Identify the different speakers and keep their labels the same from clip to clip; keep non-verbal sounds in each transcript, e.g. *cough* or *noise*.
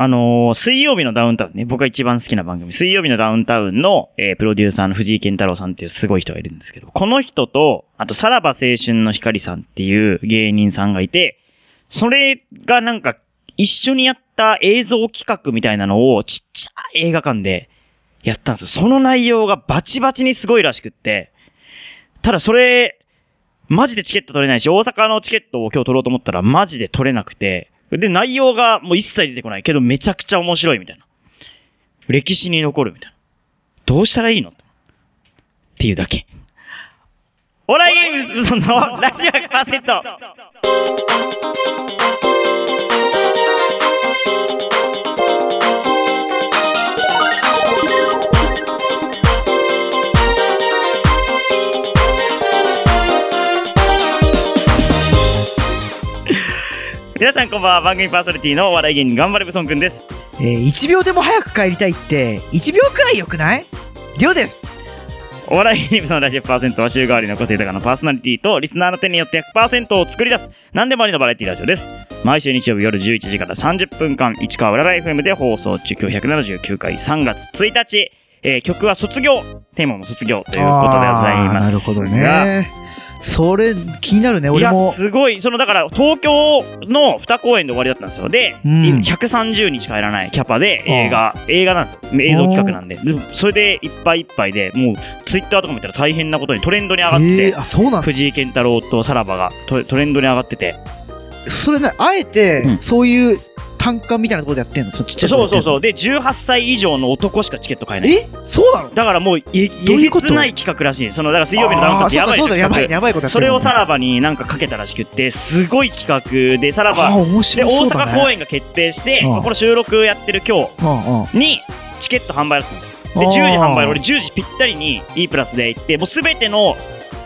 Speaker 1: あのー水曜日のダウンタウンね、僕が一番好きな番組、水曜日のダウンタウンの、えープロデューサーの藤井健太郎さんっていうすごい人がいるんですけど、この人と、あと、さらば青春の光さんっていう芸人さんがいて、それがなんか、一緒にやった映像企画みたいなのを、ちっちゃい映画館でやったんですよ。その内容がバチバチにすごいらしくって、ただそれ、マジでチケット取れないし、大阪のチケットを今日取ろうと思ったらマジで取れなくて、で、内容がもう一切出てこないけど、めちゃくちゃ面白いみたいな。歴史に残るみたいな。どうしたらいいのっていうだけ。オライゲームズのラジオ100%皆さんこんばんは番組パーソナリティのお笑い芸人頑張れブソンくんです
Speaker 2: えー、1秒でも早く帰りたいって1秒くらい良くないりょうです
Speaker 1: お笑い芸人のラジオ100%は週替わりの個性高のパーソナリティとリスナーの手によって100%を作り出す何でもありのバラエティラジオです毎週日曜日夜11時から30分間市川うらら FM で放送中今日179回3月1日、えー曲は卒業テーマも卒業ということでございます
Speaker 2: あーなるほど
Speaker 1: が
Speaker 2: ねそれ気になるね
Speaker 1: い
Speaker 2: 俺
Speaker 1: や
Speaker 2: も
Speaker 1: すごいそのだから東京の2公演で終わりだったんですよで、
Speaker 2: うん
Speaker 1: 130日帰らないキャパで映画映画なんですよ映像企画なんででそれでいっぱいいっぱいでもうツイッターとか見たら大変なことにトレンドに上がって、
Speaker 2: えー、あそうなんだ
Speaker 1: 藤井健太郎とさらばがトトレンドに上がってて
Speaker 2: それねあえて、
Speaker 1: うん
Speaker 2: そういう単価みたいなところでやってんのそちっちゃいとこ
Speaker 1: そ
Speaker 2: ろ
Speaker 1: うそうそ
Speaker 2: う
Speaker 1: うで18歳以上の男しかチケット買えない
Speaker 2: えそうなの
Speaker 1: だからもうえ
Speaker 2: どういう
Speaker 1: え
Speaker 2: こ
Speaker 1: げ
Speaker 2: と
Speaker 1: つない企画らしいそのだから水曜日のダウンタウンってや
Speaker 2: あー
Speaker 1: ばい
Speaker 2: そうかそうだやばい
Speaker 1: 企
Speaker 2: ねやばいこと
Speaker 1: 画
Speaker 2: やって
Speaker 1: それをさ
Speaker 2: ば
Speaker 1: らばになんかかけたらしくってすごい企画でさらば
Speaker 2: あー面
Speaker 1: で、
Speaker 2: 白
Speaker 1: 大
Speaker 2: そうだ、ね、
Speaker 1: 阪公演が決定して、
Speaker 2: うん
Speaker 1: この収録やってる今
Speaker 2: うんうん
Speaker 1: 日に、チケット販売だったんですよ。で、
Speaker 2: あ
Speaker 1: 10
Speaker 2: ー
Speaker 1: 時販売、俺10時ぴったりに E プラスで行って、もうすべての、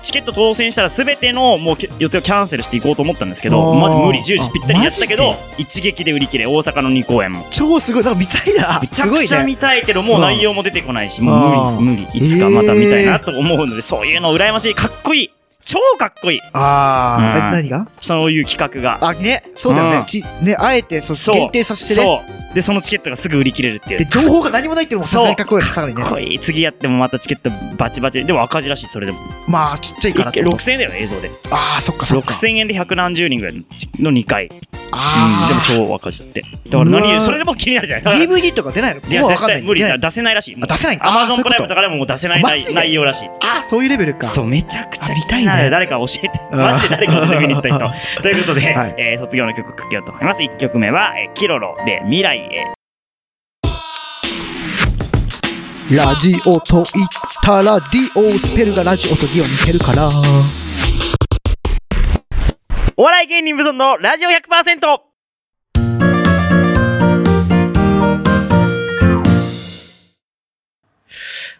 Speaker 1: チケット当選したらすべてのもうき予定をキャンセルしていこうと思ったんですけど、
Speaker 2: あー
Speaker 1: まず無理、10時ぴったりにやったけ
Speaker 2: あ
Speaker 1: ど
Speaker 2: マ、
Speaker 1: 一撃で売り切れ、大阪の2公演も。
Speaker 2: 超すごいなんか見たいな
Speaker 1: めち
Speaker 2: す
Speaker 1: ゃ
Speaker 2: ご
Speaker 1: く
Speaker 2: い
Speaker 1: ちゃ
Speaker 2: ね
Speaker 1: 見たいけど、もう
Speaker 2: うん
Speaker 1: 内容も出てこないし、もう無理、
Speaker 2: あ
Speaker 1: 無
Speaker 2: ー
Speaker 1: 理、いつかまた見たいなと思うので、そういうの羨ましい、かっこいい、超かっこいい、
Speaker 2: あー、
Speaker 1: うん
Speaker 2: え何が
Speaker 1: そういう企画が。
Speaker 2: あねそうだよね,、
Speaker 1: うん
Speaker 2: ちねあえてそう
Speaker 1: そう
Speaker 2: 限定させてね
Speaker 1: そう。で、そのチケットがすぐ売り切れるっていう
Speaker 2: で。情報が何もないっていうのもさすがにかっこいいよねさらにね
Speaker 1: かっこいい次やってもまたチケットバチバチでも赤字らしいそれでも
Speaker 2: まあちっちゃいからってこと
Speaker 1: 6000円だよね映像で
Speaker 2: ああそっかそっか
Speaker 1: 6000円で百何十人ぐらいの2回うん
Speaker 2: ああ
Speaker 1: でも超赤字だってだから何
Speaker 2: うわー
Speaker 1: それでも気になるじゃない
Speaker 2: DVD とか出ないの
Speaker 1: い
Speaker 2: も
Speaker 1: や
Speaker 2: うわ
Speaker 1: 絶
Speaker 2: かんな
Speaker 1: 対
Speaker 2: い
Speaker 1: 無理
Speaker 2: 出な
Speaker 1: だ
Speaker 2: い
Speaker 1: 出せないらしい
Speaker 2: あ出せない
Speaker 1: アマゾンプライムと
Speaker 2: か
Speaker 1: かでももう出せない
Speaker 2: マ
Speaker 1: 内
Speaker 2: ジで
Speaker 1: 内容らしい
Speaker 2: あーそういうレベルか
Speaker 1: そうめちゃくちゃ
Speaker 2: あ見たいね
Speaker 1: なので誰か教えて
Speaker 2: うん
Speaker 1: マジで誰か教えてに行った人
Speaker 2: *laughs*
Speaker 1: ということで、
Speaker 2: はい
Speaker 1: えー卒業の曲かけようと思います1曲目は「えーキロロ」で「未来へ」
Speaker 2: ラジオと言ったらディオスペルがラジオとディオ似てるから
Speaker 1: お笑い芸人無尊のラジオ100%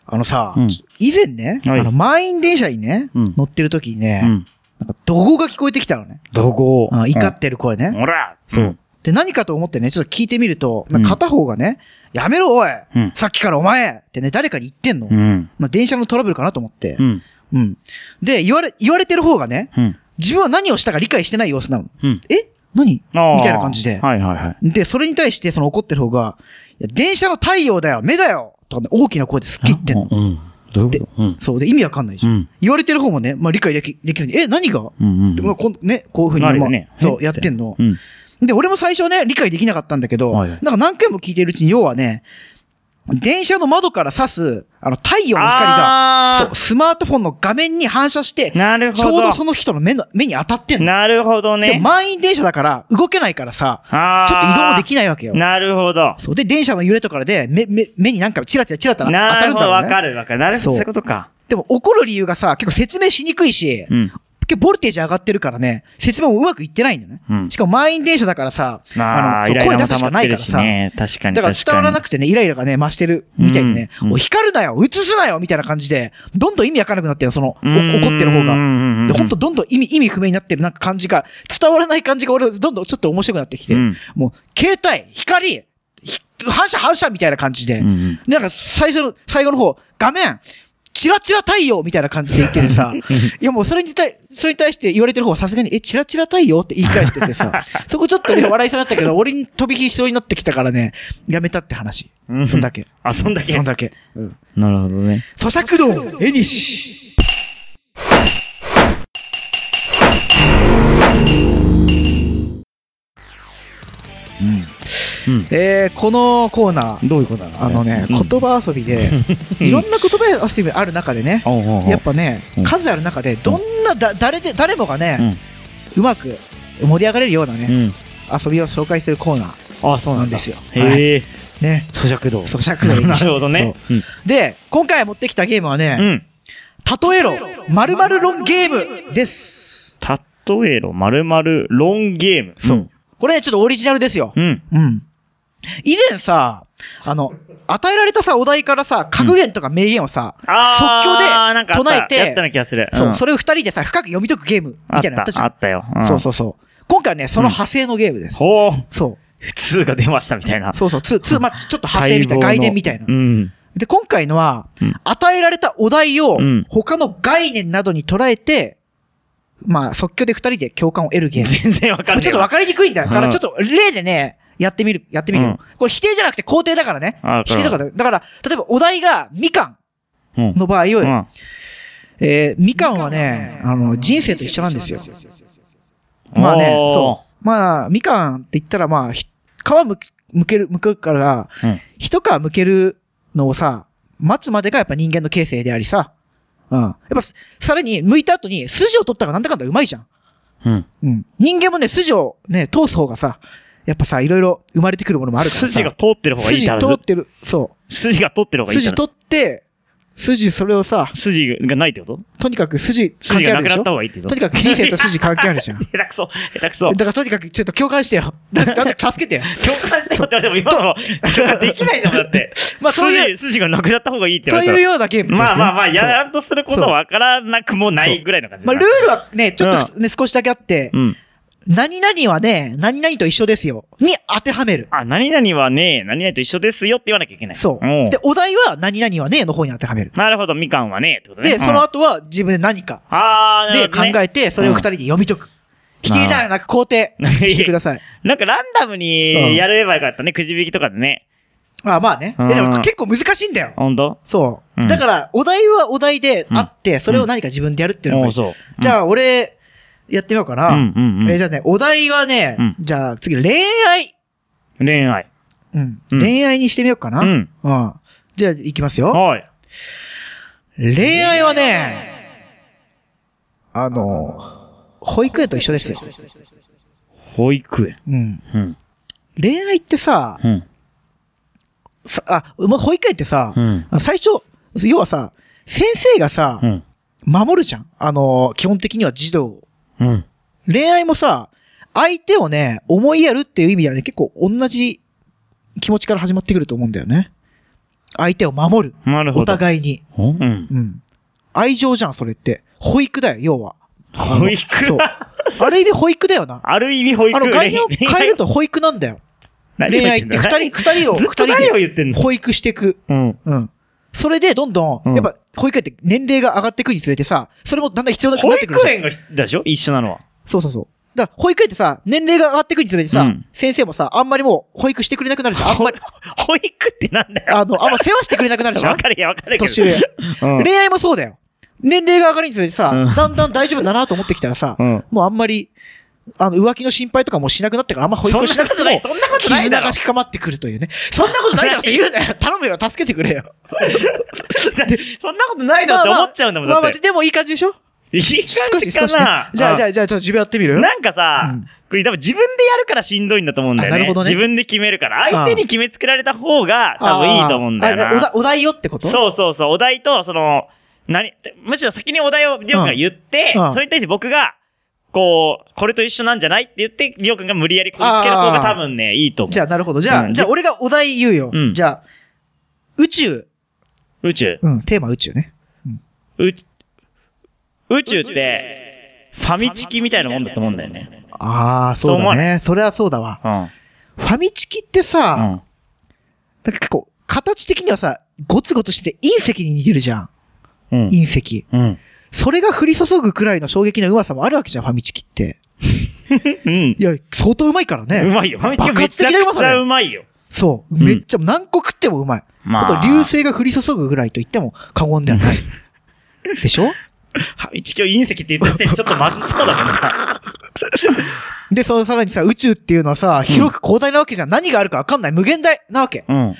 Speaker 2: あのさ、
Speaker 1: うん
Speaker 2: 以前ね、
Speaker 1: はい
Speaker 2: あの満員電車にね
Speaker 1: うん
Speaker 2: 乗ってる時にね、
Speaker 1: うん
Speaker 2: なんか怒号が聞こえてきたのね、
Speaker 1: どこ
Speaker 2: あー怒ってる声ね、
Speaker 1: ほら
Speaker 2: そうで何かと思ってねちょっと聞いてみるとなんか片方がね、やめろおい、
Speaker 1: うん
Speaker 2: さっきからお前ってね誰かに言ってんの、
Speaker 1: うん
Speaker 2: まあ、電車のトラブルかなと思って
Speaker 1: う、ん
Speaker 2: うんで言われ言われてる方がね
Speaker 1: うん
Speaker 2: 自分は何をしたか理解してない様子なの、
Speaker 1: うん
Speaker 2: え何
Speaker 1: あー
Speaker 2: みたいな感じで
Speaker 1: はいはいはい
Speaker 2: で、それに対して、その怒ってる方が、いや、電車の太陽だよ目だよとかね、大きな声でスッキってんの。
Speaker 1: うんどういうことうん
Speaker 2: そう。で、意味わかんないじ
Speaker 1: う
Speaker 2: ゃん。
Speaker 1: ん
Speaker 2: 言われてる方もね、まあ理解でき、できずに、え、何が、
Speaker 1: うんうん
Speaker 2: でまあ、こんね、こういうふうに、
Speaker 1: なる
Speaker 2: ま
Speaker 1: よ
Speaker 2: あ
Speaker 1: ね
Speaker 2: そう、
Speaker 1: え
Speaker 2: やってんの。
Speaker 1: うん
Speaker 2: で、俺も最初ね、理解できなかったんだけど、
Speaker 1: はい
Speaker 2: なんか何回も聞いてるうちに、要はね、電車の窓から差す、あの、太陽の光が、
Speaker 1: あ
Speaker 2: そう、スマートフォンの画面に反射して
Speaker 1: ー、なる
Speaker 2: ちょ
Speaker 1: ほ
Speaker 2: うどそ
Speaker 1: ど
Speaker 2: の人の目の、目に当たってんの。
Speaker 1: なるほど
Speaker 2: でも
Speaker 1: ね
Speaker 2: 満員電車だから、動けないからさ、
Speaker 1: あ
Speaker 2: ちょっと移動もで
Speaker 1: き
Speaker 2: きないわけよ。
Speaker 1: なるほど
Speaker 2: そう。で、電車の揺れとかで、目、目、目になんかチラチラチラたら
Speaker 1: な
Speaker 2: 当たる
Speaker 1: る
Speaker 2: ん
Speaker 1: ほ
Speaker 2: だ
Speaker 1: ど
Speaker 2: ろ
Speaker 1: わ
Speaker 2: うね。
Speaker 1: かるわかるなるほ
Speaker 2: そ
Speaker 1: ど
Speaker 2: う
Speaker 1: そういうことか
Speaker 2: でも怒る理由がさ、結構説明しにくいし、
Speaker 1: うん
Speaker 2: 結構ボルテージ上がってるからね、説明もうまくいってないんだよね。
Speaker 1: うん
Speaker 2: しかも満員電車だからさ、
Speaker 1: あ
Speaker 2: あ
Speaker 1: あ
Speaker 2: の
Speaker 1: イ
Speaker 2: そう
Speaker 1: ライラも
Speaker 2: 声出す
Speaker 1: 溜
Speaker 2: しか
Speaker 1: まっ
Speaker 2: な
Speaker 1: て
Speaker 2: いか
Speaker 1: る
Speaker 2: ら
Speaker 1: し
Speaker 2: さ、
Speaker 1: ね確かに
Speaker 2: だから
Speaker 1: 確
Speaker 2: 伝わらな
Speaker 1: か
Speaker 2: くてね、イライラがね、増してるみたいでね、
Speaker 1: うんうん
Speaker 2: もう光るなよ映すなよみたいな感じで、どんどん意味わかんなくなってるのその、お
Speaker 1: に
Speaker 2: 怒ってる方が。
Speaker 1: が
Speaker 2: で、ほんとどんどん意味、意味不明になってるなんか感じが、伝わらない感じが俺、どんどんちょっと面白くなってきて、もう、携帯、光、ひ反射反射みたいな感じで、なんか最初の、最後の方、画面、チラチラ太陽みたいな感じで言っててさ、いやもうそれに対、それに対して言われてる方はさすがに、え、チラチラ太陽って言い返しててさ、そこちょっとね、笑いそうになったけど、俺に飛び火しそうになってきたからね、やめたって話。
Speaker 1: うん
Speaker 2: そんだけ。
Speaker 1: あ、そんだけ
Speaker 2: そん。だけ。
Speaker 1: なるほどね。
Speaker 2: 咀嚼道、えにし。
Speaker 1: うん。うん。
Speaker 2: えー、このコーナー、
Speaker 1: どういうことなの
Speaker 2: あのね、
Speaker 1: うん
Speaker 2: 言葉遊
Speaker 1: *laughs*
Speaker 2: びで、いろんな言葉遊びある中でね、
Speaker 1: おうおうおう
Speaker 2: やっぱね
Speaker 1: うん、
Speaker 2: 数ある中で、どんなだ、誰で、誰もがね、うまく盛り上がれるような
Speaker 1: う
Speaker 2: ね、
Speaker 1: ん。
Speaker 2: 遊びを紹介するコーナー
Speaker 1: あ、そう
Speaker 2: な
Speaker 1: なんん
Speaker 2: で
Speaker 1: だ。
Speaker 2: すよ。はい
Speaker 1: へえ。
Speaker 2: ね。
Speaker 1: 咀嚼道。
Speaker 2: 咀嚼
Speaker 1: *laughs*
Speaker 2: 道
Speaker 1: なるほどね。
Speaker 2: で、今回持ってきたゲームは
Speaker 1: う
Speaker 2: ね、
Speaker 1: ん。
Speaker 2: 例えろ、まるまる論ゲームです。
Speaker 1: 例えろ、まるまる、ロンゲーム。
Speaker 2: そう。これちょっとオリジナルですよ。
Speaker 1: うん。
Speaker 2: うん。以前さ、あの、与えられたさ、お題からさ、格言とか名言をさ、
Speaker 1: あー
Speaker 2: 即
Speaker 1: なんかあっ
Speaker 2: 興
Speaker 1: た
Speaker 2: で唱え
Speaker 1: やったよう
Speaker 2: て、
Speaker 1: な気がする。
Speaker 2: そ
Speaker 1: ん
Speaker 2: う、それを二人でさ、深く読み解くゲームみたいなのやったじゃ
Speaker 1: あっ
Speaker 2: ん。
Speaker 1: たあったよ。うん
Speaker 2: そうそうそう。今回はね、その派生のゲームです。
Speaker 1: ほう。
Speaker 2: そう。
Speaker 1: 普通が出ましたみたいな。
Speaker 2: そうそう、つ、つ、まあ、ちょっと派生みた
Speaker 1: 待
Speaker 2: いな、
Speaker 1: 望の
Speaker 2: 概念みたいな
Speaker 1: う。ん。
Speaker 2: で、今回のは
Speaker 1: うん、
Speaker 2: 与えられたお題を
Speaker 1: うん、
Speaker 2: 他の概念などに捉えて、まあ、即興で二人で共感を得るゲーム。
Speaker 1: 全然わかんない。
Speaker 2: ちょっと分かりにくいんだ
Speaker 1: うん
Speaker 2: から、ちょっと例でね、やってみる、やってみる
Speaker 1: うん
Speaker 2: よ。これ否定じゃなくて肯定だからね
Speaker 1: あ。
Speaker 2: 否定だから、だから、例えばお題がみかん
Speaker 1: うん。
Speaker 2: の場合
Speaker 1: う
Speaker 2: を、
Speaker 1: ん
Speaker 2: えーみかんはね、あの、人生と一緒なんですよ。まあね、
Speaker 1: おー
Speaker 2: そう。まあ、みかんって言ったら、まあ、ひ皮むくむける、むくから、
Speaker 1: うん
Speaker 2: 一皮むけるのをさ、待つまでがやっぱ人間の形成でありさ、うん。やっぱ、さらに、剥いた後に筋を取った方がなんだかんだうまいじゃん。
Speaker 1: うん。
Speaker 2: うん。人間もね、筋をね、通す方がさ、やっぱさ、いろいろ生まれてくるものもあるからさ。
Speaker 1: 筋が通ってる方がいい
Speaker 2: 筋
Speaker 1: って話
Speaker 2: 通ってる。そ
Speaker 1: 筋が通ってる
Speaker 2: う。
Speaker 1: 方がいいって
Speaker 2: 筋
Speaker 1: 話
Speaker 2: 取って、筋それをさ、
Speaker 1: 筋がないってこと
Speaker 2: とにかく筋関
Speaker 1: 筋が
Speaker 2: 係あ
Speaker 1: な
Speaker 2: る
Speaker 1: く
Speaker 2: で
Speaker 1: な
Speaker 2: し
Speaker 1: っ
Speaker 2: ょ
Speaker 1: た方
Speaker 2: と
Speaker 1: がいいってこと
Speaker 2: にかく人生と筋関係あるじゃん。だ
Speaker 1: *laughs* 下手くそ、下手くそ。
Speaker 2: からとにかくちょっと共感してよ。だだって助
Speaker 1: *laughs*
Speaker 2: けてよ。
Speaker 1: 共感してよって言われても今のは共感できないんだもんだって。
Speaker 2: *laughs* まあそういう
Speaker 1: 筋、筋がなくなった方がいいって言
Speaker 2: と
Speaker 1: われた
Speaker 2: いう
Speaker 1: ら。
Speaker 2: ようなゲームです、ね。
Speaker 1: まあまあまあ、や
Speaker 2: そう
Speaker 1: らんとすることはわからなくもないぐらいの感じ
Speaker 2: ま
Speaker 1: だ
Speaker 2: あ、
Speaker 1: な。
Speaker 2: ルールはね、ちょっとね、少しだけあって、
Speaker 1: うん。
Speaker 2: 何々はね、何々と一緒ですよ。に当てはめる。
Speaker 1: あ、何々はね、何々と一緒ですよって言わなきゃいけない。
Speaker 2: そう。
Speaker 1: ん
Speaker 2: で、お題は何々はね、の方に当てはめる。
Speaker 1: なるほど、みかんはね、ってことね。
Speaker 2: で、
Speaker 1: うん
Speaker 2: その後は自分で何か
Speaker 1: あー、な
Speaker 2: で
Speaker 1: るほ
Speaker 2: 考
Speaker 1: どね
Speaker 2: えて、それを二人で読み解く。否定ではなく肯定してください。
Speaker 1: なんかランダムにやればよかったね、くじ引きとかでね。
Speaker 2: まあまあね。
Speaker 1: うん
Speaker 2: でも結構難しいんだよ。
Speaker 1: ほんと
Speaker 2: そう。
Speaker 1: うん
Speaker 2: だから、お題はお題であって、それを何か自分でやるっていうの
Speaker 1: お
Speaker 2: が
Speaker 1: う
Speaker 2: いい。
Speaker 1: そう。
Speaker 2: じ
Speaker 1: あ、
Speaker 2: ゃあ、俺、やってみようか
Speaker 1: う
Speaker 2: な。
Speaker 1: んうんうん
Speaker 2: えーじゃあね、お題はね
Speaker 1: うん、
Speaker 2: じゃあ次、恋愛。
Speaker 1: 恋愛。
Speaker 2: うん。
Speaker 1: うん
Speaker 2: 恋愛にしてみようかな。
Speaker 1: うん。
Speaker 2: うん。じゃあ、いきますよ。
Speaker 1: はい。
Speaker 2: 恋愛はね、あの、保育園と一緒ですよ。
Speaker 1: 保育園。
Speaker 2: うん。
Speaker 1: うん。
Speaker 2: 恋愛ってさ、
Speaker 1: うん。
Speaker 2: さあ、もう保育園ってさ
Speaker 1: う、ん。
Speaker 2: 最初、要はさ、先生がさ
Speaker 1: う、ん。
Speaker 2: 守るじゃん。あの、基本的には児童を。
Speaker 1: うん。
Speaker 2: 恋愛もさ、相手をね、思いやるっていう意味ではね、結構同じ気持ちから始まってくると思うんだよね。相手を守る。
Speaker 1: なるほ
Speaker 2: お
Speaker 1: ど。
Speaker 2: 互いに。
Speaker 1: おうん。
Speaker 2: うん。愛情じゃん、それって。保育だよ、
Speaker 1: *laughs*
Speaker 2: 要は。あの
Speaker 1: 保育
Speaker 2: そう。ある意味保育だよな。
Speaker 1: ある意味保育
Speaker 2: あの、概念を
Speaker 1: 恋
Speaker 2: 変えると保育なんだよ。
Speaker 1: *laughs* 何
Speaker 2: 恋愛っ
Speaker 1: を
Speaker 2: て
Speaker 1: 言
Speaker 2: 二
Speaker 1: んだ
Speaker 2: 人、二人を、
Speaker 1: ずっ
Speaker 2: 二
Speaker 1: と
Speaker 2: 人
Speaker 1: 何を言ってん
Speaker 2: で
Speaker 1: の
Speaker 2: 保育していく。
Speaker 1: うん。
Speaker 2: うん。それでどんど
Speaker 1: うん
Speaker 2: ん、やっぱ保育園って年齢が上がっていくにつれてさ、それもだんだん必要なく
Speaker 1: 保
Speaker 2: なってくるじ
Speaker 1: 育
Speaker 2: ゃん。
Speaker 1: 園がひだでしょ一緒なのは。
Speaker 2: そうそうそう。だから保育園ってさ、年齢が上がっていくにつれてさ、
Speaker 1: うん
Speaker 2: 先生もさ、あんまりもう保育してくれなくなるじゃん。あんまり、
Speaker 1: *laughs* 保育ってなんだよ。
Speaker 2: あの、あんま世話してくれなくなるじゃ
Speaker 1: わ
Speaker 2: ん。
Speaker 1: かるよ、わかるけど。
Speaker 2: 年
Speaker 1: *laughs*
Speaker 2: 上
Speaker 1: うん
Speaker 2: 恋愛もそうだよ。年齢が上がるにつれてさ、
Speaker 1: うん
Speaker 2: だんだん大丈夫だなと思ってきたらさ、
Speaker 1: うん。
Speaker 2: もうあんまり、あの、浮気の心配とかもしなくなってから、あんま保育しなくても、
Speaker 1: *laughs* そんなことないそんなことないだ
Speaker 2: 絆
Speaker 1: ろ
Speaker 2: が深まってくるというね。そんなことないだろって言うなよ。頼むよ。助けてくれ
Speaker 1: *laughs*
Speaker 2: よ。
Speaker 1: そんなことないだろって思っちゃうんだもん、
Speaker 2: ま
Speaker 1: だ
Speaker 2: あま
Speaker 1: っ
Speaker 2: あ、
Speaker 1: て。
Speaker 2: でもいい感じでしょ
Speaker 1: いい
Speaker 2: 少
Speaker 1: 感
Speaker 2: し
Speaker 1: じ
Speaker 2: 少
Speaker 1: か
Speaker 2: し、ね。
Speaker 1: な。
Speaker 2: じゃあ、じゃ
Speaker 1: ゃ
Speaker 2: あ、じゃあ、ちょっと自分やってみる
Speaker 1: なんかさ
Speaker 2: うん、
Speaker 1: これ多分自分でやるからしんどいんだと思うんだよ
Speaker 2: あな
Speaker 1: ね。
Speaker 2: るほどね
Speaker 1: 自分で決めるから。相手に決めつけられた方が多分いいと思うんだよ
Speaker 2: あああおだ
Speaker 1: な。
Speaker 2: お題よってこと
Speaker 1: そうそうそう。お題と、その、何、むしろ先にお題をりょうくんが言って
Speaker 2: うんう、ん
Speaker 1: それに対して僕が、こう、これと一緒なんじゃないって言って、りょうくんが無理やりこぎつける方が多分ね、いいと思
Speaker 2: じゃあ、なるほど。じゃあ、
Speaker 1: うん
Speaker 2: じゃあ、俺がお題言うよ。
Speaker 1: うん
Speaker 2: じゃあ、宇宙。
Speaker 1: う。宇宙。
Speaker 2: うん、テーマ宇宙ね。
Speaker 1: 宇宇宙って、ファミチキみたいなもんだと思うんだよね。
Speaker 2: ああ、
Speaker 1: そうだね
Speaker 2: ね。それはそうだわ。
Speaker 1: うん。
Speaker 2: ファミチキってさ、
Speaker 1: うん。
Speaker 2: なんか結構、形的にはさ、ゴツゴツして隕石に似てるじゃん。
Speaker 1: うん
Speaker 2: 隕石。
Speaker 1: うん。
Speaker 2: それが降り注ぐくらいの衝撃のうまさもあるわけじゃん、ファミチキって。
Speaker 1: うん。
Speaker 2: いや、相当うまいから
Speaker 1: う
Speaker 2: ね。
Speaker 1: まいよ。ファミチキめちゃくちゃうまいよ。
Speaker 2: そう。
Speaker 1: ん
Speaker 2: めっちゃ、何個食ってもうまい。
Speaker 1: まあ
Speaker 2: こと流星が降り注ぐぐらいと言っても過言ではない。でしょ
Speaker 1: ファミチキを隕石って言った時点でちょっとまずそうだもんな。
Speaker 2: で、そのさらにさ、宇宙っていうのはさ、広く広大なわけじゃん。何があるかわかんない。無限大なわけ。
Speaker 1: うん。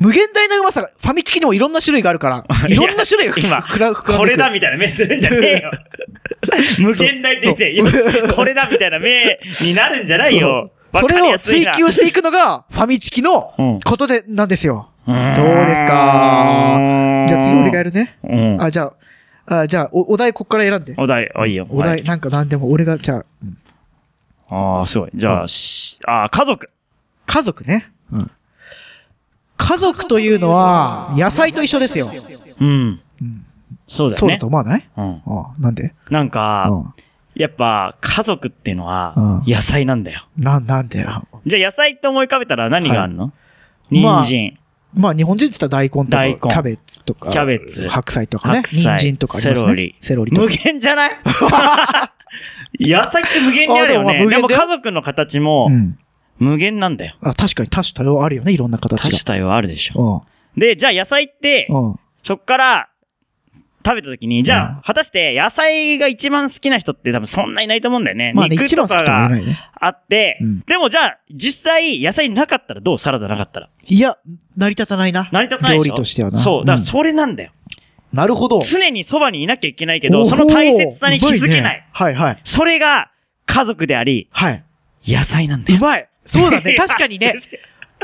Speaker 2: 無限大なうまさが、ファミチキにもいろんな種類があるから、
Speaker 1: *laughs*
Speaker 2: いろんな種類が
Speaker 1: いや今
Speaker 2: ふくらふくら
Speaker 1: これだ
Speaker 2: み
Speaker 1: みたいな目するんじゃねえ
Speaker 2: *laughs*
Speaker 1: よ。無限大って言って、今
Speaker 2: そう、
Speaker 1: これだみたいな目になるんじゃないよ。
Speaker 2: それを追求
Speaker 1: し
Speaker 2: していくのが、ファミチキの
Speaker 1: うん
Speaker 2: ことで、なんですよ。
Speaker 1: どう
Speaker 2: ですかじゃあ次俺がや
Speaker 1: る。
Speaker 2: るね。
Speaker 1: うん。
Speaker 2: あ、じゃあ、あじゃあお、お題こっから選んで。
Speaker 1: お題、あ、いいよ。
Speaker 2: お
Speaker 1: は
Speaker 2: 題、
Speaker 1: い。
Speaker 2: なんか何でも、俺が、じゃあ、
Speaker 1: ああ、すごい。じゃあ、しあー家族。
Speaker 2: 家族ね。家族というのは、野菜と一緒ですよ。
Speaker 1: うん
Speaker 2: うん。
Speaker 1: そうだ
Speaker 2: そ
Speaker 1: よ
Speaker 2: うだ
Speaker 1: ね
Speaker 2: と。思わない
Speaker 1: うん。
Speaker 2: あなんで
Speaker 1: なんか、
Speaker 2: う
Speaker 1: やっぱ、家族っていうのは、
Speaker 2: うん
Speaker 1: 野菜なんだよ。
Speaker 2: ん。な、なんでよ。
Speaker 1: じゃあ、野菜って思い浮かべたら何があるの、
Speaker 2: いまあ
Speaker 1: 人参、
Speaker 2: まあ、日本人って言ったら大根とか、
Speaker 1: 大根
Speaker 2: キャベツとか、
Speaker 1: キャベツ
Speaker 2: 白菜とかね、
Speaker 1: 白
Speaker 2: 人
Speaker 1: 菜
Speaker 2: 参とかありますね。
Speaker 1: セロリ
Speaker 2: セロリと
Speaker 1: 無
Speaker 2: か。
Speaker 1: 限じゃない *laughs* 野菜って無限にあるよ
Speaker 2: あでもまあ無
Speaker 1: ね。
Speaker 2: 限だ
Speaker 1: で
Speaker 2: よ
Speaker 1: も家族の形も
Speaker 2: うん。
Speaker 1: 無限なんだよ。
Speaker 2: あ、確かに多種多様あるよね、いろんな形
Speaker 1: 多
Speaker 2: が
Speaker 1: 種。多様あるでしょ。
Speaker 2: うん。
Speaker 1: で、じゃあ野菜って、
Speaker 2: うん。
Speaker 1: そっから食べた時に、じゃあ、果たして野菜が一番好きな人って多分そんないないと思うんだよね。
Speaker 2: まあね、
Speaker 1: 肉
Speaker 2: 一
Speaker 1: と
Speaker 2: 番好き
Speaker 1: か
Speaker 2: とは
Speaker 1: が
Speaker 2: 言えないね。
Speaker 1: あって、
Speaker 2: うん
Speaker 1: でもじゃあ、実際野菜なかったらどうサラダなかったら。
Speaker 2: いや、成り立たないな。
Speaker 1: 成り立たないでしょ
Speaker 2: 料理としてはな。
Speaker 1: そう。だから
Speaker 2: ん
Speaker 1: それなんだよ。
Speaker 2: なるほど。
Speaker 1: 常にそばにいなきゃいけないけ
Speaker 2: お
Speaker 1: ど、
Speaker 2: ー
Speaker 1: その大切さに気づけな
Speaker 2: う
Speaker 1: い。
Speaker 2: まねはいはい。
Speaker 1: それが家族であり、
Speaker 2: はい。
Speaker 1: 野菜なんだ
Speaker 2: う
Speaker 1: よ。
Speaker 2: まい。そう
Speaker 1: *laughs*
Speaker 2: だね。確かにね。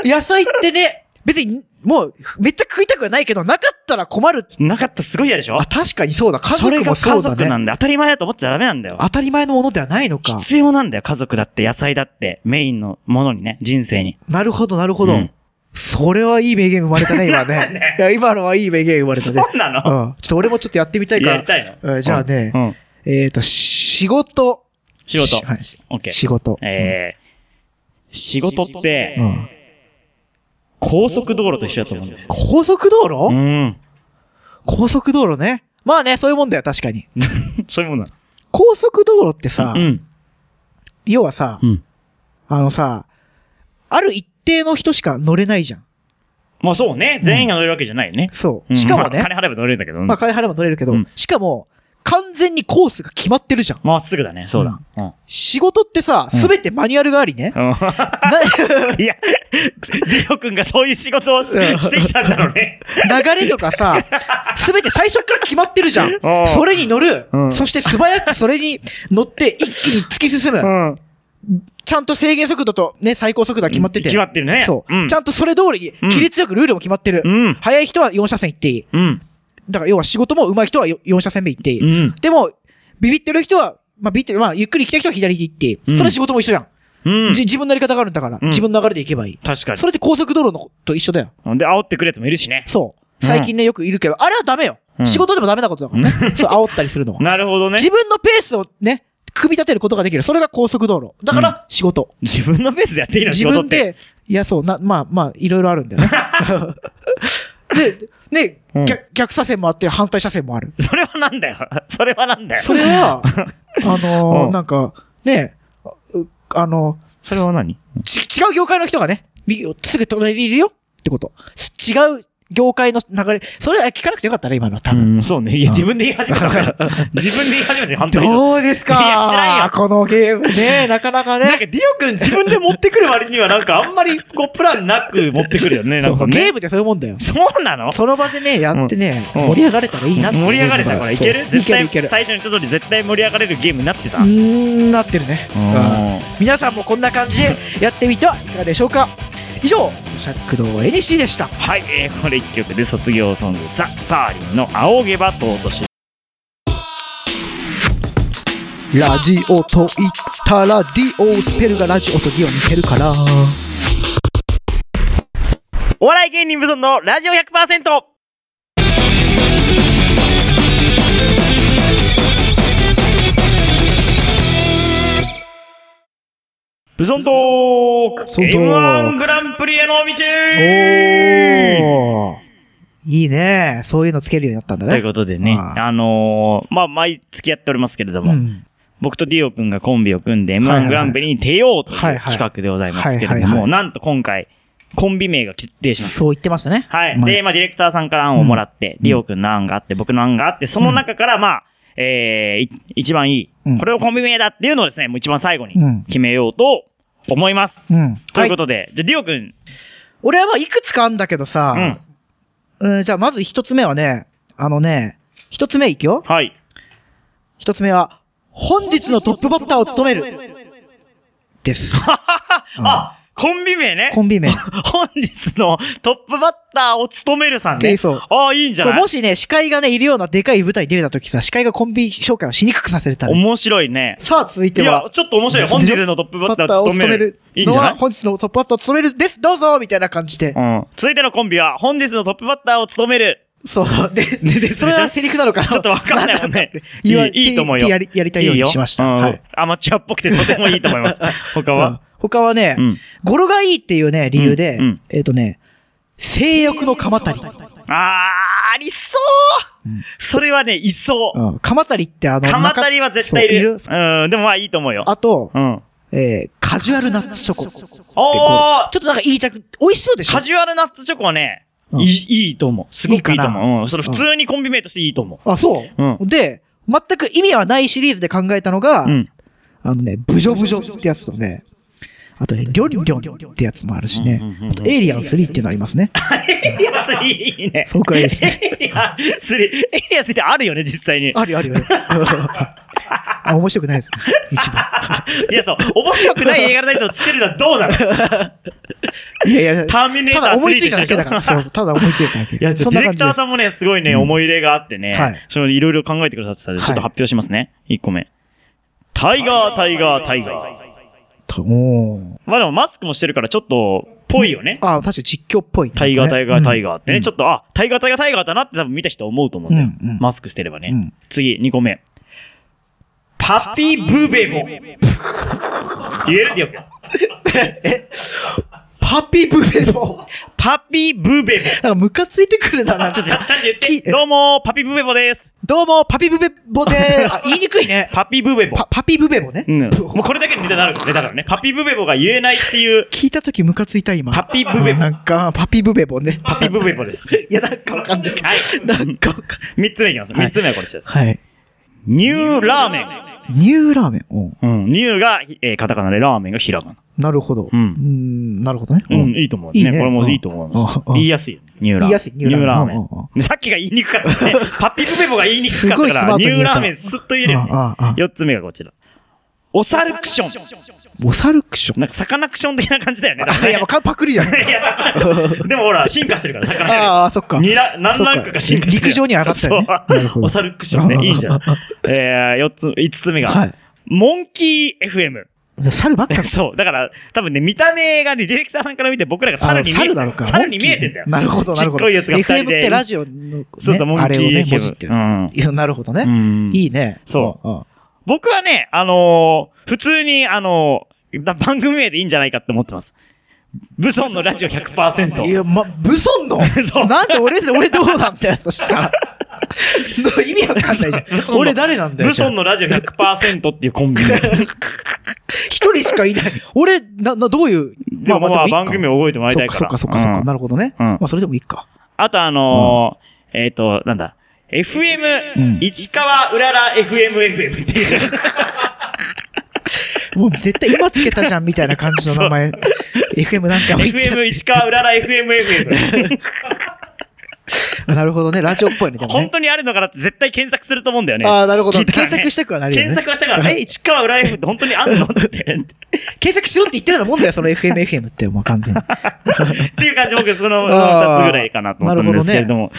Speaker 2: 野菜ってね、別に、もう、めっちゃ食いたくはないけど、なかったら困る。
Speaker 1: なかったらすごい嫌でしょ
Speaker 2: あ、確かにそうだ。家
Speaker 1: それ
Speaker 2: 族も
Speaker 1: が家
Speaker 2: そうだ
Speaker 1: 族な
Speaker 2: ね。
Speaker 1: んだよ。当たり前だと思っちゃダメなんだよ。
Speaker 2: 当たり前のものではないのか。
Speaker 1: 必要なんだよ。家族だって、野菜だって、メインのものにね、人生に。
Speaker 2: なるほど、なるほ
Speaker 1: う
Speaker 2: ど
Speaker 1: ん。
Speaker 2: それはいい名言生まれ
Speaker 1: *laughs*
Speaker 2: たね、今ね。いや、今のはいい名言生まれ
Speaker 1: そ
Speaker 2: た
Speaker 1: う
Speaker 2: ね。
Speaker 1: なの、
Speaker 2: うん。ちょっと俺もちょっとやってみたいか
Speaker 1: やり
Speaker 2: ら。
Speaker 1: たいの、
Speaker 2: うんじゃあね
Speaker 1: うん。うん
Speaker 2: えっと、仕事。
Speaker 1: 仕事
Speaker 2: し。はいし
Speaker 1: OK。
Speaker 2: 仕事。
Speaker 1: えー、仕事って、
Speaker 2: うん
Speaker 1: 高速道路と一緒だと思うんだよ。
Speaker 2: 高速道
Speaker 1: う
Speaker 2: 路
Speaker 1: ん。 *laughs*
Speaker 2: 高速道路ね。まあね、そういうもんだよ、確かに。
Speaker 1: そういうもんな
Speaker 2: 高速道路って
Speaker 1: の。
Speaker 2: さ
Speaker 1: う、ん。
Speaker 2: 要はさ
Speaker 1: う、ん。
Speaker 2: あのさ、ある一定の人しか乗れないじゃん。
Speaker 1: まあそうね。全員が乗れるわけじゃないよね。
Speaker 2: そうう。
Speaker 1: ん
Speaker 2: しかも
Speaker 1: ま
Speaker 2: ね
Speaker 1: あ、金払えば乗れるんだけど。
Speaker 2: ま
Speaker 1: ま
Speaker 2: あ、金払えば乗れるけど
Speaker 1: うん、
Speaker 2: しかも、完全にコースが決まってるじゃん。
Speaker 1: っすぐだね。そうだ。うん。
Speaker 2: 仕事ってさ、
Speaker 1: うん
Speaker 2: すべてマニュアルがありね。な
Speaker 1: いや、リオ君がそういう仕事をし
Speaker 2: うん
Speaker 1: してきたんだろうね。
Speaker 2: *laughs* 流れとかさ、すべて最初から決まってるじゃん
Speaker 1: う。ん
Speaker 2: それに乗る
Speaker 1: う。ん
Speaker 2: そして素早くそれに乗って一気に突き進む。
Speaker 1: ん。
Speaker 2: ちゃんと制限速度とね、最高速度は決まってて。
Speaker 1: 決まってるね。
Speaker 2: そう、
Speaker 1: うん
Speaker 2: ちゃんとそれ通りに、
Speaker 1: うん
Speaker 2: 規律よくルールも決まってる。
Speaker 1: うん
Speaker 2: 早い人は4車線行っていい。
Speaker 1: うん。
Speaker 2: だから要は仕事も上手い人は4車線目行っていい。
Speaker 1: うん。
Speaker 2: でも、ビビってる人は、まあ、ビビってる、まあ、ゆっくり行きたい人は左で行っていい。
Speaker 1: うん
Speaker 2: それは仕事も一緒じゃん。
Speaker 1: うん。
Speaker 2: じ自分のやり方があるんだから、
Speaker 1: うん
Speaker 2: 自分の流れで行けばいい。
Speaker 1: 確かに
Speaker 2: そ。れって高速道路のと一緒だよ。
Speaker 1: で、煽ってくるやつもいるしね。
Speaker 2: そう。
Speaker 1: うん
Speaker 2: 最近ね、よくいるけど、あれはダメよ。
Speaker 1: うん
Speaker 2: 仕事でもダメなことだからね。そう、煽ったりするのは。
Speaker 1: なるほどね。
Speaker 2: 自分のペースをね、組み立てることができる。それが高速道路。だか
Speaker 1: うん
Speaker 2: ら、仕事。
Speaker 1: 自分のペースでやっていいの仕
Speaker 2: 自
Speaker 1: 事っ
Speaker 2: 分
Speaker 1: て。
Speaker 2: で、いや、そう、な、まあまあ、いろいろあるん
Speaker 1: *laughs*
Speaker 2: だよね。で、ね、
Speaker 1: うん
Speaker 2: 逆、逆車線もあって、反対車線もある。
Speaker 1: それはなんだよ。それはなんだよ。
Speaker 2: それ
Speaker 1: *laughs*
Speaker 2: は、あのー
Speaker 1: うん
Speaker 2: なんか、ね、うあの
Speaker 1: それは何
Speaker 2: ち、違う業界の人がね、みすぐ隣にいるよってこと。す違う業界の流れ、それは聞かなくてよかったね、今の、多
Speaker 1: う
Speaker 2: 分。
Speaker 1: ん、そうね。いや、自分で言い始めた
Speaker 2: *laughs*
Speaker 1: から。自分で言い始めて反対でしょ。
Speaker 2: どうですか
Speaker 1: いや知らんよ
Speaker 2: このゲームね、なかなか
Speaker 1: なん
Speaker 2: ね。
Speaker 1: か、ディオ君自分で持ってくる割には、なんか、あんまり、こう、プランなく持ってくるよね。な
Speaker 2: そ
Speaker 1: んか
Speaker 2: うゲ
Speaker 1: ね
Speaker 2: ー。ムってそういうもんだよ。
Speaker 1: そうなの
Speaker 2: その場でね、やってね、
Speaker 1: うん
Speaker 2: 盛り上がれたらいいなっていう
Speaker 1: 盛り上がれたこれ。いける
Speaker 2: そう
Speaker 1: 絶
Speaker 2: いけるい
Speaker 1: 対
Speaker 2: け、る。
Speaker 1: 最初に言った通り、絶対盛り上がれるゲームになってた。
Speaker 2: うーん、なってるね。う
Speaker 1: う
Speaker 2: ん
Speaker 1: ん
Speaker 2: 皆さんもこんな感じでやってみてはいかがでしょうか。以上、シャックドー NC でした。
Speaker 1: はい、えーこれ一曲で卒業ソング「ザ・スターリン」の「仰げば尊し
Speaker 2: ラジオと言ったら、ディオスペルがラジオとディオ似てるから。」
Speaker 1: お笑い芸人無存のラジオ 100%! ブソントーク
Speaker 2: ソントーク
Speaker 1: !M1 グランプリへの道
Speaker 2: おー。いいね。そういうのつけるようになったんだ
Speaker 1: という
Speaker 2: ね。
Speaker 1: ことでね、
Speaker 2: ああ
Speaker 1: あのーまあ、毎月やっておりますけれども、
Speaker 2: うん
Speaker 1: 僕とディオ君がコンビを組んで、
Speaker 2: いはい
Speaker 1: M1 グランプリに出ようという
Speaker 2: はいはい
Speaker 1: 企画でございますけれ
Speaker 2: はい
Speaker 1: ど
Speaker 2: はいは
Speaker 1: も、
Speaker 2: い
Speaker 1: なんと今回、コンビ名が決定します。
Speaker 2: そう言ってましたね。
Speaker 1: はい。
Speaker 2: 前
Speaker 1: で、まあ、ディレクターさんから案をもらって、ディオ君の案があって、僕の案があって、その中から、まあ、えーい一番いい、
Speaker 2: うん
Speaker 1: これをコンビ名だっていうのをですね、もう一番最後に
Speaker 2: うん
Speaker 1: 決めようと思います。
Speaker 2: うん。
Speaker 1: という
Speaker 2: は
Speaker 1: こ
Speaker 2: い
Speaker 1: とで、じゃあディオ君、
Speaker 2: 俺はまあいくつかあんだけどさ、
Speaker 1: うん。
Speaker 2: うんじゃあまず一つ目はね、あのね、一つ目いくよ。
Speaker 1: はい。
Speaker 2: 一つ目は、本日のトップバッターを務める。です。
Speaker 1: あ、コンビ名ね。
Speaker 2: コンビ名。
Speaker 1: 本日のトップバッターを務めるさんね。
Speaker 2: でそう
Speaker 1: ああ、いいんじゃない
Speaker 2: もしね、司会がね、いるようなでかい舞台に出れた時さ、司会がコンビ紹介をしにくくさせるために。
Speaker 1: 面白いね。
Speaker 2: さあ、続い
Speaker 1: い
Speaker 2: て
Speaker 1: や
Speaker 2: は、、
Speaker 1: ちょっと面白
Speaker 2: *laughs*
Speaker 1: い。本日のトップバッターを務める。いいん
Speaker 2: の
Speaker 1: じゃな
Speaker 2: はい本日のトップバッターを務めるです。どうぞみたいな感じで
Speaker 1: う。ん。続いてのコンビは、本日のトップバッターを務め
Speaker 2: *laughs*
Speaker 1: る。
Speaker 2: そう。で、で、それはセリフなのかな。
Speaker 1: ちょっとわかんないもんね
Speaker 2: 言われ
Speaker 1: いいいいと思うよ
Speaker 2: ってやりやりたいようにしました。
Speaker 1: いいようん
Speaker 2: はい。
Speaker 1: アマチュアっぽくてとてもいいと思い
Speaker 2: *laughs*
Speaker 1: ます。他
Speaker 2: うん
Speaker 1: は、
Speaker 2: 他はね、
Speaker 1: うん
Speaker 2: 語呂がいいっていうね、理由で、
Speaker 1: うんうん
Speaker 2: えっ、とね、性欲の鎌足り。
Speaker 1: あー、ありそう、それはね、いそう。
Speaker 2: うん鎌足りってあの、
Speaker 1: 鎌
Speaker 2: 中
Speaker 1: 足りは絶対いる。
Speaker 2: そう
Speaker 1: うん、でもまあいいと思うよ。
Speaker 2: あと、
Speaker 1: うん。
Speaker 2: えーカジュアルナッツチョコ。ちょっ
Speaker 1: おー
Speaker 2: となんか言いたく、美味しそうでしょ
Speaker 1: カジュアルナッツチョコはね、
Speaker 2: うん
Speaker 1: いい、いいと思う。すごくい
Speaker 2: い
Speaker 1: い
Speaker 2: い
Speaker 1: と
Speaker 2: かな
Speaker 1: 思う。うん。それ普通にコンビ名としていいと思
Speaker 2: あ、そう、
Speaker 1: う
Speaker 2: で、全く意味はないシリーズで考えたのが、
Speaker 1: う。うん。
Speaker 2: あのね、ブジョブジョってやつとね、あとね、リョンリョンってやつもあるしね
Speaker 1: うんうんうんう、ん
Speaker 2: あとエイリアン3っていうのありますね。
Speaker 1: エリアスいいね。
Speaker 2: そうかいい
Speaker 1: *laughs*
Speaker 2: ですね。
Speaker 1: エリアスリ、エリアスってあるよね、実際に。
Speaker 2: あるよあ
Speaker 1: *laughs*
Speaker 2: るよ。あ、面白くないですね。一番。
Speaker 1: いや、そう、面白くない映画のタイトルつけるのはど
Speaker 2: *laughs*
Speaker 1: うなの
Speaker 2: いやいや、
Speaker 1: ターミネータ
Speaker 2: た
Speaker 1: ー3
Speaker 2: だ思い
Speaker 1: で
Speaker 2: ついただ
Speaker 1: し
Speaker 2: け
Speaker 1: ょ
Speaker 2: だか
Speaker 1: *laughs*
Speaker 2: ら。そう、ただ思いついただけ。
Speaker 1: いや、ちょ
Speaker 2: そ
Speaker 1: っ
Speaker 2: ん
Speaker 1: とディ
Speaker 2: な
Speaker 1: レ
Speaker 2: 感
Speaker 1: ク
Speaker 2: じ
Speaker 1: タ
Speaker 2: で
Speaker 1: ー
Speaker 2: す。
Speaker 1: さんもね、すごいね、
Speaker 2: うん
Speaker 1: 思い入れがあってね、
Speaker 2: はい
Speaker 1: そのいろいろ考えてくださってたんで、ちょっと
Speaker 2: はい
Speaker 1: 発表しますね。1個目。タイガー、タイガー、タイガー。
Speaker 2: とおー
Speaker 1: まあでもマスクもしてるからちょっと、ぽいよね。
Speaker 2: あ、確かに実況っぽいね。
Speaker 1: タイガー、タイガー、タイ
Speaker 2: ガ
Speaker 1: ガーってね、ちょっと、あ、タイガー、タイガー、タイガーだなって多分見た人は思うと思うんだよ。
Speaker 2: うんうん
Speaker 1: マスクしてればね。
Speaker 2: うん
Speaker 1: 次、2個目。パピブベボ。言える
Speaker 2: *laughs*
Speaker 1: ってよ。
Speaker 2: パピブベボ。
Speaker 1: パピブベボ。
Speaker 2: *laughs* なんかムカついてく
Speaker 1: *laughs*
Speaker 2: るな、なん
Speaker 1: ちょ
Speaker 2: か
Speaker 1: っと、ちゃんと言っ
Speaker 2: き
Speaker 1: て。どうも、パピブベボです。
Speaker 2: どうも、パピブベボ
Speaker 1: *laughs*
Speaker 2: でーす。あ、言いにくいね。
Speaker 1: パピブベボ。
Speaker 2: パ、パピブベボね。
Speaker 1: うん。もうこれだけでネタになるネタだからね。パピブベボが言えないっていう、
Speaker 2: 聞いたときムカついた、今。
Speaker 1: パピブベボ
Speaker 2: あなんか、パピブベ
Speaker 1: *laughs*
Speaker 2: ボね。
Speaker 1: パピブベボ
Speaker 2: *laughs*
Speaker 1: です。
Speaker 2: いや、なんかわかんないけど。
Speaker 1: はい
Speaker 2: なんかわかんない。
Speaker 1: 三つ目いきます。
Speaker 2: はい
Speaker 1: 三つ目はこれです。
Speaker 2: はい。
Speaker 1: ニューラーメ
Speaker 2: ニューラーメン。おう
Speaker 1: ン。うん。ニューが、えーカタカナで、ラーメンがひらがな。
Speaker 2: なるほど。
Speaker 1: うん
Speaker 2: ん。なるほどね。
Speaker 1: う
Speaker 2: お
Speaker 1: ん、いいと思う。ね、
Speaker 2: いいね
Speaker 1: これもいいと思います
Speaker 2: うん。うん
Speaker 1: 言いやすいよね。ニューラーメン。
Speaker 2: 言いやすい
Speaker 1: ニューラーメ
Speaker 2: ニューラーメンうんうん
Speaker 1: ン。でさっきが言いにくかった
Speaker 2: *laughs*
Speaker 1: ね。パピプペボが言いにくかった
Speaker 2: すごいス
Speaker 1: か
Speaker 2: マー
Speaker 1: ら、
Speaker 2: ト
Speaker 1: ニ
Speaker 2: に言え
Speaker 1: ュ
Speaker 2: た
Speaker 1: ーラーメンスッと言えるよね
Speaker 2: ああああ。
Speaker 1: 四つ目がこちら。おサルクショ
Speaker 2: お猿クショ
Speaker 1: ン。なんか、魚クション的な感じだよね。だか
Speaker 2: *laughs* ン。い
Speaker 1: ら
Speaker 2: や、もう
Speaker 1: ね
Speaker 2: かパクリじゃん。
Speaker 1: *laughs* いや、魚クショ
Speaker 2: *laughs*
Speaker 1: ンでもほら、進化してるから、魚
Speaker 2: ああ、そっか。
Speaker 1: にら何ランクか進化してる。
Speaker 2: 陸上に上がったよねなる
Speaker 1: そ
Speaker 2: ほ
Speaker 1: う。
Speaker 2: ど
Speaker 1: おサルクションね。いいんじゃないえー、四つ、五つ目
Speaker 2: は
Speaker 1: が
Speaker 2: い、
Speaker 1: モンキー FM。
Speaker 2: 猿ばっかり。
Speaker 1: そう。だから、多分ね、見た目がね、ディレクターさんから見て僕らが *laughs* 猿に見えて
Speaker 2: あ猿
Speaker 1: んだ
Speaker 2: なの
Speaker 1: よ。
Speaker 2: か。
Speaker 1: 猿に見えてんだよ。
Speaker 2: なるほど、なるほど。
Speaker 1: ちっこいやつが二人で
Speaker 2: FM ってラジオのね、
Speaker 1: そうそう、モン
Speaker 2: あ
Speaker 1: キ
Speaker 2: れを
Speaker 1: ー
Speaker 2: ね、
Speaker 1: FM
Speaker 2: 文字って
Speaker 1: う
Speaker 2: る。
Speaker 1: ん
Speaker 2: いやなるほど
Speaker 1: う
Speaker 2: ね。
Speaker 1: ん
Speaker 2: いいね。
Speaker 1: そ
Speaker 2: うん。うん
Speaker 1: 僕はね、あのー、普通に、あのー、だ番組名でいいんじゃないかって思ってます。ブソンのラジオ
Speaker 2: い
Speaker 1: 100%。
Speaker 2: や、ま、ブソンの
Speaker 1: *laughs* そう
Speaker 2: なんで俺、俺どうなんだよ、そしたら。 *laughs* 意味わかんない
Speaker 1: ブ
Speaker 2: じ
Speaker 1: ソン
Speaker 2: ゃん。
Speaker 1: の
Speaker 2: 俺誰なんだよ。
Speaker 1: ブソン
Speaker 2: の。
Speaker 1: のラジオ100%っていうコン
Speaker 2: *laughs*
Speaker 1: ビ *laughs* 名。
Speaker 2: 一人しかいない。俺、な、な、どういう。
Speaker 1: でもまあ、番組
Speaker 2: を
Speaker 1: を覚えてもらい
Speaker 2: そ
Speaker 1: た
Speaker 2: っ
Speaker 1: い
Speaker 2: か
Speaker 1: から。
Speaker 2: そっかそっかそっ
Speaker 1: う
Speaker 2: か。
Speaker 1: ん
Speaker 2: なるほどね。
Speaker 1: うん
Speaker 2: まあ、それでもいいか。
Speaker 1: あとあのー、えっと、なんだ。FM、
Speaker 2: うん
Speaker 1: 市川うらら FMFM っていう。
Speaker 2: もう絶対今つけたじゃん、みたいな感じの名 *laughs* 前。FM なんかも言っちゃ
Speaker 1: FM 市川うらら
Speaker 2: *laughs*
Speaker 1: FMFM。
Speaker 2: う *laughs* なるほどね。ラジオっぽいね。でもね
Speaker 1: 本当にあるのかなって絶対検索すると思うんだよね。
Speaker 2: ああ、なるほど。
Speaker 1: 聞いたらね
Speaker 2: 検索したくはなるよね。
Speaker 1: 検索はした
Speaker 2: *laughs*
Speaker 1: から、え、市川浦 F って本当にあんのって。っ
Speaker 2: 検索しろって言ってるようなもんだ
Speaker 1: *laughs*
Speaker 2: よ、その FM、FM って、もう完全に。
Speaker 1: ていう感じ、僕、その
Speaker 2: *laughs* あー
Speaker 1: 2つぐらいかなと思ったんですけれども。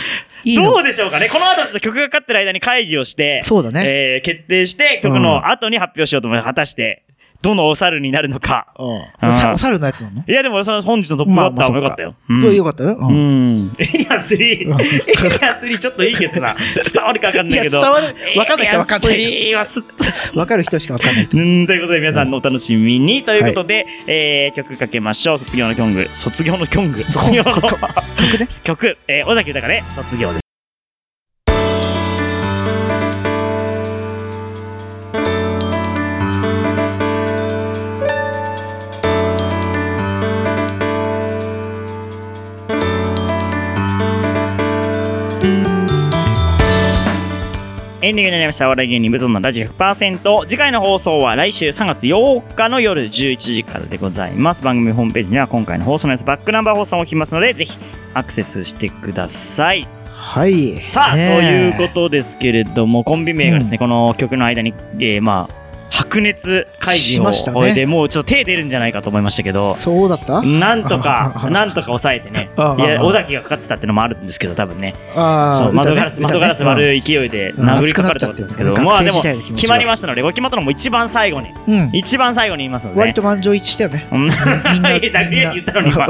Speaker 2: いい
Speaker 1: ど
Speaker 2: の
Speaker 1: うでしょうかねこの後ちょっと曲がかかってる間に会議をして、
Speaker 2: そうだね
Speaker 1: えー決定して、曲の後に発表しようと思います。果たして、どのお猿になるのか。
Speaker 2: うん。さお猿のやつなの
Speaker 1: いや、でも、その本日のトップバッターも良かったよ。ん
Speaker 2: そう、よかったね。
Speaker 1: う
Speaker 2: うん
Speaker 1: ん。エリア3、エリア3ちょっといいけどな。伝わるかわかんないけど。
Speaker 2: いや伝わるわかんない人はわかんない
Speaker 1: エリア3はすっ
Speaker 2: わかる人しかわか
Speaker 1: *laughs*
Speaker 2: んない。
Speaker 1: うん、ということで皆さんのお楽しみに。ということで、えー、曲かけましょう。卒業のキョング。卒業のキョング。卒業の曲
Speaker 2: ね。
Speaker 1: 曲、えー、尾崎豊で卒業です。エンディングになりました。お笑い芸人無存のラジオ100%。次回の放送は来週3月8日の夜11時からでございます。番組ホームページには今回の放送のやつバックナンバー放送もきますので、ぜひアクセスしてください。
Speaker 2: はい。
Speaker 1: さあ、
Speaker 2: ね
Speaker 1: と
Speaker 2: え
Speaker 1: いうことですけれども、コンビ名がですね、この曲の間に、えーまあ、白熱会議
Speaker 2: し
Speaker 1: を
Speaker 2: ましたね
Speaker 1: 終えて、もうちょっと手出るんじゃないかと思いましたけど、
Speaker 2: そうだった
Speaker 1: なんと
Speaker 2: *laughs*
Speaker 1: か、なんとか抑えてね、
Speaker 2: あ
Speaker 1: いや、
Speaker 2: あ
Speaker 1: 尾崎がかかってたってのもあるんですけど、多分ね、
Speaker 2: ああ
Speaker 1: そう窓ガラス、窓ガラス割る
Speaker 2: い。
Speaker 1: 勢いで
Speaker 2: うん
Speaker 1: 殴りかかれちゃったんですけど、
Speaker 2: 熱く
Speaker 1: まあ
Speaker 2: なっち
Speaker 1: で
Speaker 2: ゃ
Speaker 1: も
Speaker 2: ったよね学生時代の気持ちが、
Speaker 1: 決まりましたので、ご決まったのも一番最後に、
Speaker 2: うん。
Speaker 1: 一番最後に言いますので
Speaker 2: 割
Speaker 1: ね。
Speaker 2: と満場一致だよ
Speaker 1: *laughs*
Speaker 2: ね。
Speaker 1: うん
Speaker 2: みんな。みん
Speaker 1: だけ
Speaker 2: な
Speaker 1: 言ったの
Speaker 2: *laughs*
Speaker 1: に今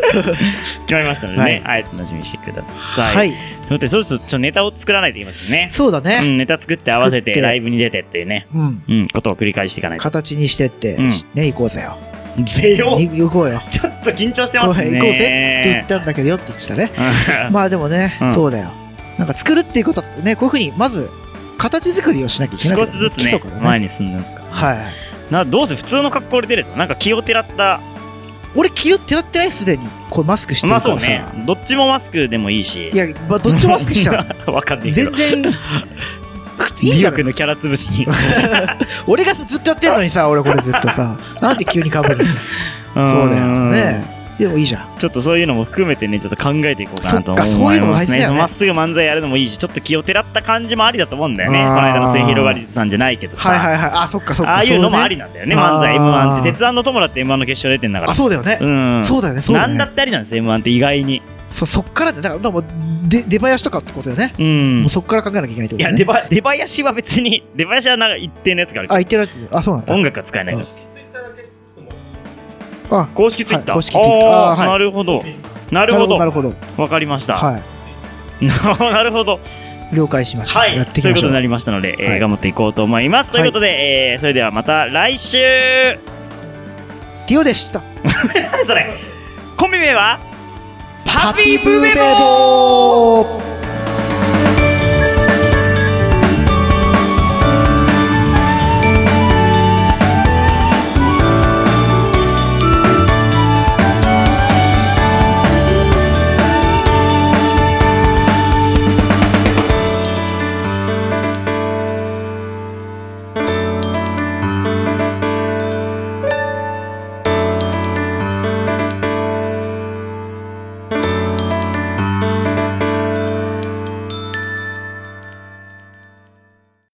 Speaker 1: 決まりましたので
Speaker 2: は
Speaker 1: ね
Speaker 2: い、
Speaker 1: はい、楽しみにしてください。
Speaker 2: はい。
Speaker 1: だってそうするとちょっとネタを作らないといけませんね。
Speaker 2: そうだ
Speaker 1: う
Speaker 2: ね。
Speaker 1: ん、ネタ作って合わせて
Speaker 2: 作って
Speaker 1: ライブに出てっていうね、
Speaker 2: うん。
Speaker 1: うん、ことを繰り返していかないと。
Speaker 2: 形にしてって
Speaker 1: うん、
Speaker 2: ね、行こうぜよ。
Speaker 1: ぜよ
Speaker 2: い行こうよ。
Speaker 1: ちょっと緊張して
Speaker 2: 行こ
Speaker 1: ま
Speaker 2: う
Speaker 1: す
Speaker 2: ぜ
Speaker 1: ね。
Speaker 2: って言ったんだけどよって言ってたね。
Speaker 1: うん
Speaker 2: まあでもね
Speaker 1: うん、
Speaker 2: そうだよ。なんか作るっていうことだとね、こういうふうにまず形作りをしなきゃいけないか
Speaker 1: 少
Speaker 2: ら。
Speaker 1: しずつね
Speaker 2: 基礎から
Speaker 1: 前に進んでますから、
Speaker 2: はい。
Speaker 1: などうせ普通の格好で出るとなんか気をてらった
Speaker 2: 俺気を手だってないすでにこれマスクしてる
Speaker 1: まあ
Speaker 2: からさ、
Speaker 1: そうねどっちもマスクでもいいし
Speaker 2: いや、まあ、どっちもマスクしちゃう
Speaker 1: わかん *laughs* ないけ
Speaker 2: 全
Speaker 1: ど
Speaker 2: 然いい *laughs*
Speaker 1: リ
Speaker 2: じゃ
Speaker 1: ュ
Speaker 2: ん
Speaker 1: クのキャラ潰しに
Speaker 2: 俺がずっとやってるのにさ俺これずっとさなんで急にかぶるのそうだよねでもいいじゃん
Speaker 1: ちょっとそういうのも含めてねちょっと考えていこうかなと
Speaker 2: そっか
Speaker 1: 思
Speaker 2: そうい
Speaker 1: いう
Speaker 2: のも
Speaker 1: ます
Speaker 2: 大事だ
Speaker 1: ね
Speaker 2: よね
Speaker 1: そのまっすぐ漫才やるのもいいしちょっと気をてらった感じもありだと思うんだよねこ
Speaker 2: あー
Speaker 1: の間の末広がりさんじゃないけどさ、
Speaker 2: はいはいはいあそっかそっか
Speaker 1: ああいうのもあり
Speaker 2: そうね
Speaker 1: なんだよね漫才
Speaker 2: あー
Speaker 1: m 1って鉄腕の友だって m 1の決勝出てんだか
Speaker 2: あ
Speaker 1: ら
Speaker 2: そうだよね、
Speaker 1: うん
Speaker 2: そうだよねそうだ
Speaker 1: な
Speaker 2: よ
Speaker 1: ん
Speaker 2: ね
Speaker 1: だってありなんです m 1って意外に
Speaker 2: そそっからだだからだからもうで出囃子とかってことだよね、
Speaker 1: うん
Speaker 2: もうそっから考えなきゃいけないって
Speaker 1: い
Speaker 2: ことだ
Speaker 1: や
Speaker 2: よ
Speaker 1: 出
Speaker 2: ね
Speaker 1: ば出囃子は別に出囃子はなんか一定のやつがある
Speaker 2: あ
Speaker 1: か
Speaker 2: 言ってるやつあそうなん
Speaker 1: ら
Speaker 2: だ
Speaker 1: 音楽は使えないから
Speaker 2: あ
Speaker 1: 公式ツイッター
Speaker 2: はい公式ツイッター
Speaker 1: あ
Speaker 2: あーはい
Speaker 1: なるほどなるほど
Speaker 2: なるほど
Speaker 1: わかりました、
Speaker 2: は
Speaker 1: *laughs* なるほど
Speaker 2: い了解しました、
Speaker 1: はい
Speaker 2: やって
Speaker 1: と
Speaker 2: いき
Speaker 1: いう
Speaker 2: ま
Speaker 1: こ
Speaker 2: し
Speaker 1: と
Speaker 2: ょう
Speaker 1: になりましたので、えー
Speaker 2: はい
Speaker 1: 頑張っていこうと思います、ということで、えーそれではまた来週 *laughs*
Speaker 2: ティオでした
Speaker 1: 何それコンビ名はパ
Speaker 2: ハ
Speaker 1: ピーブーベボー
Speaker 2: ボー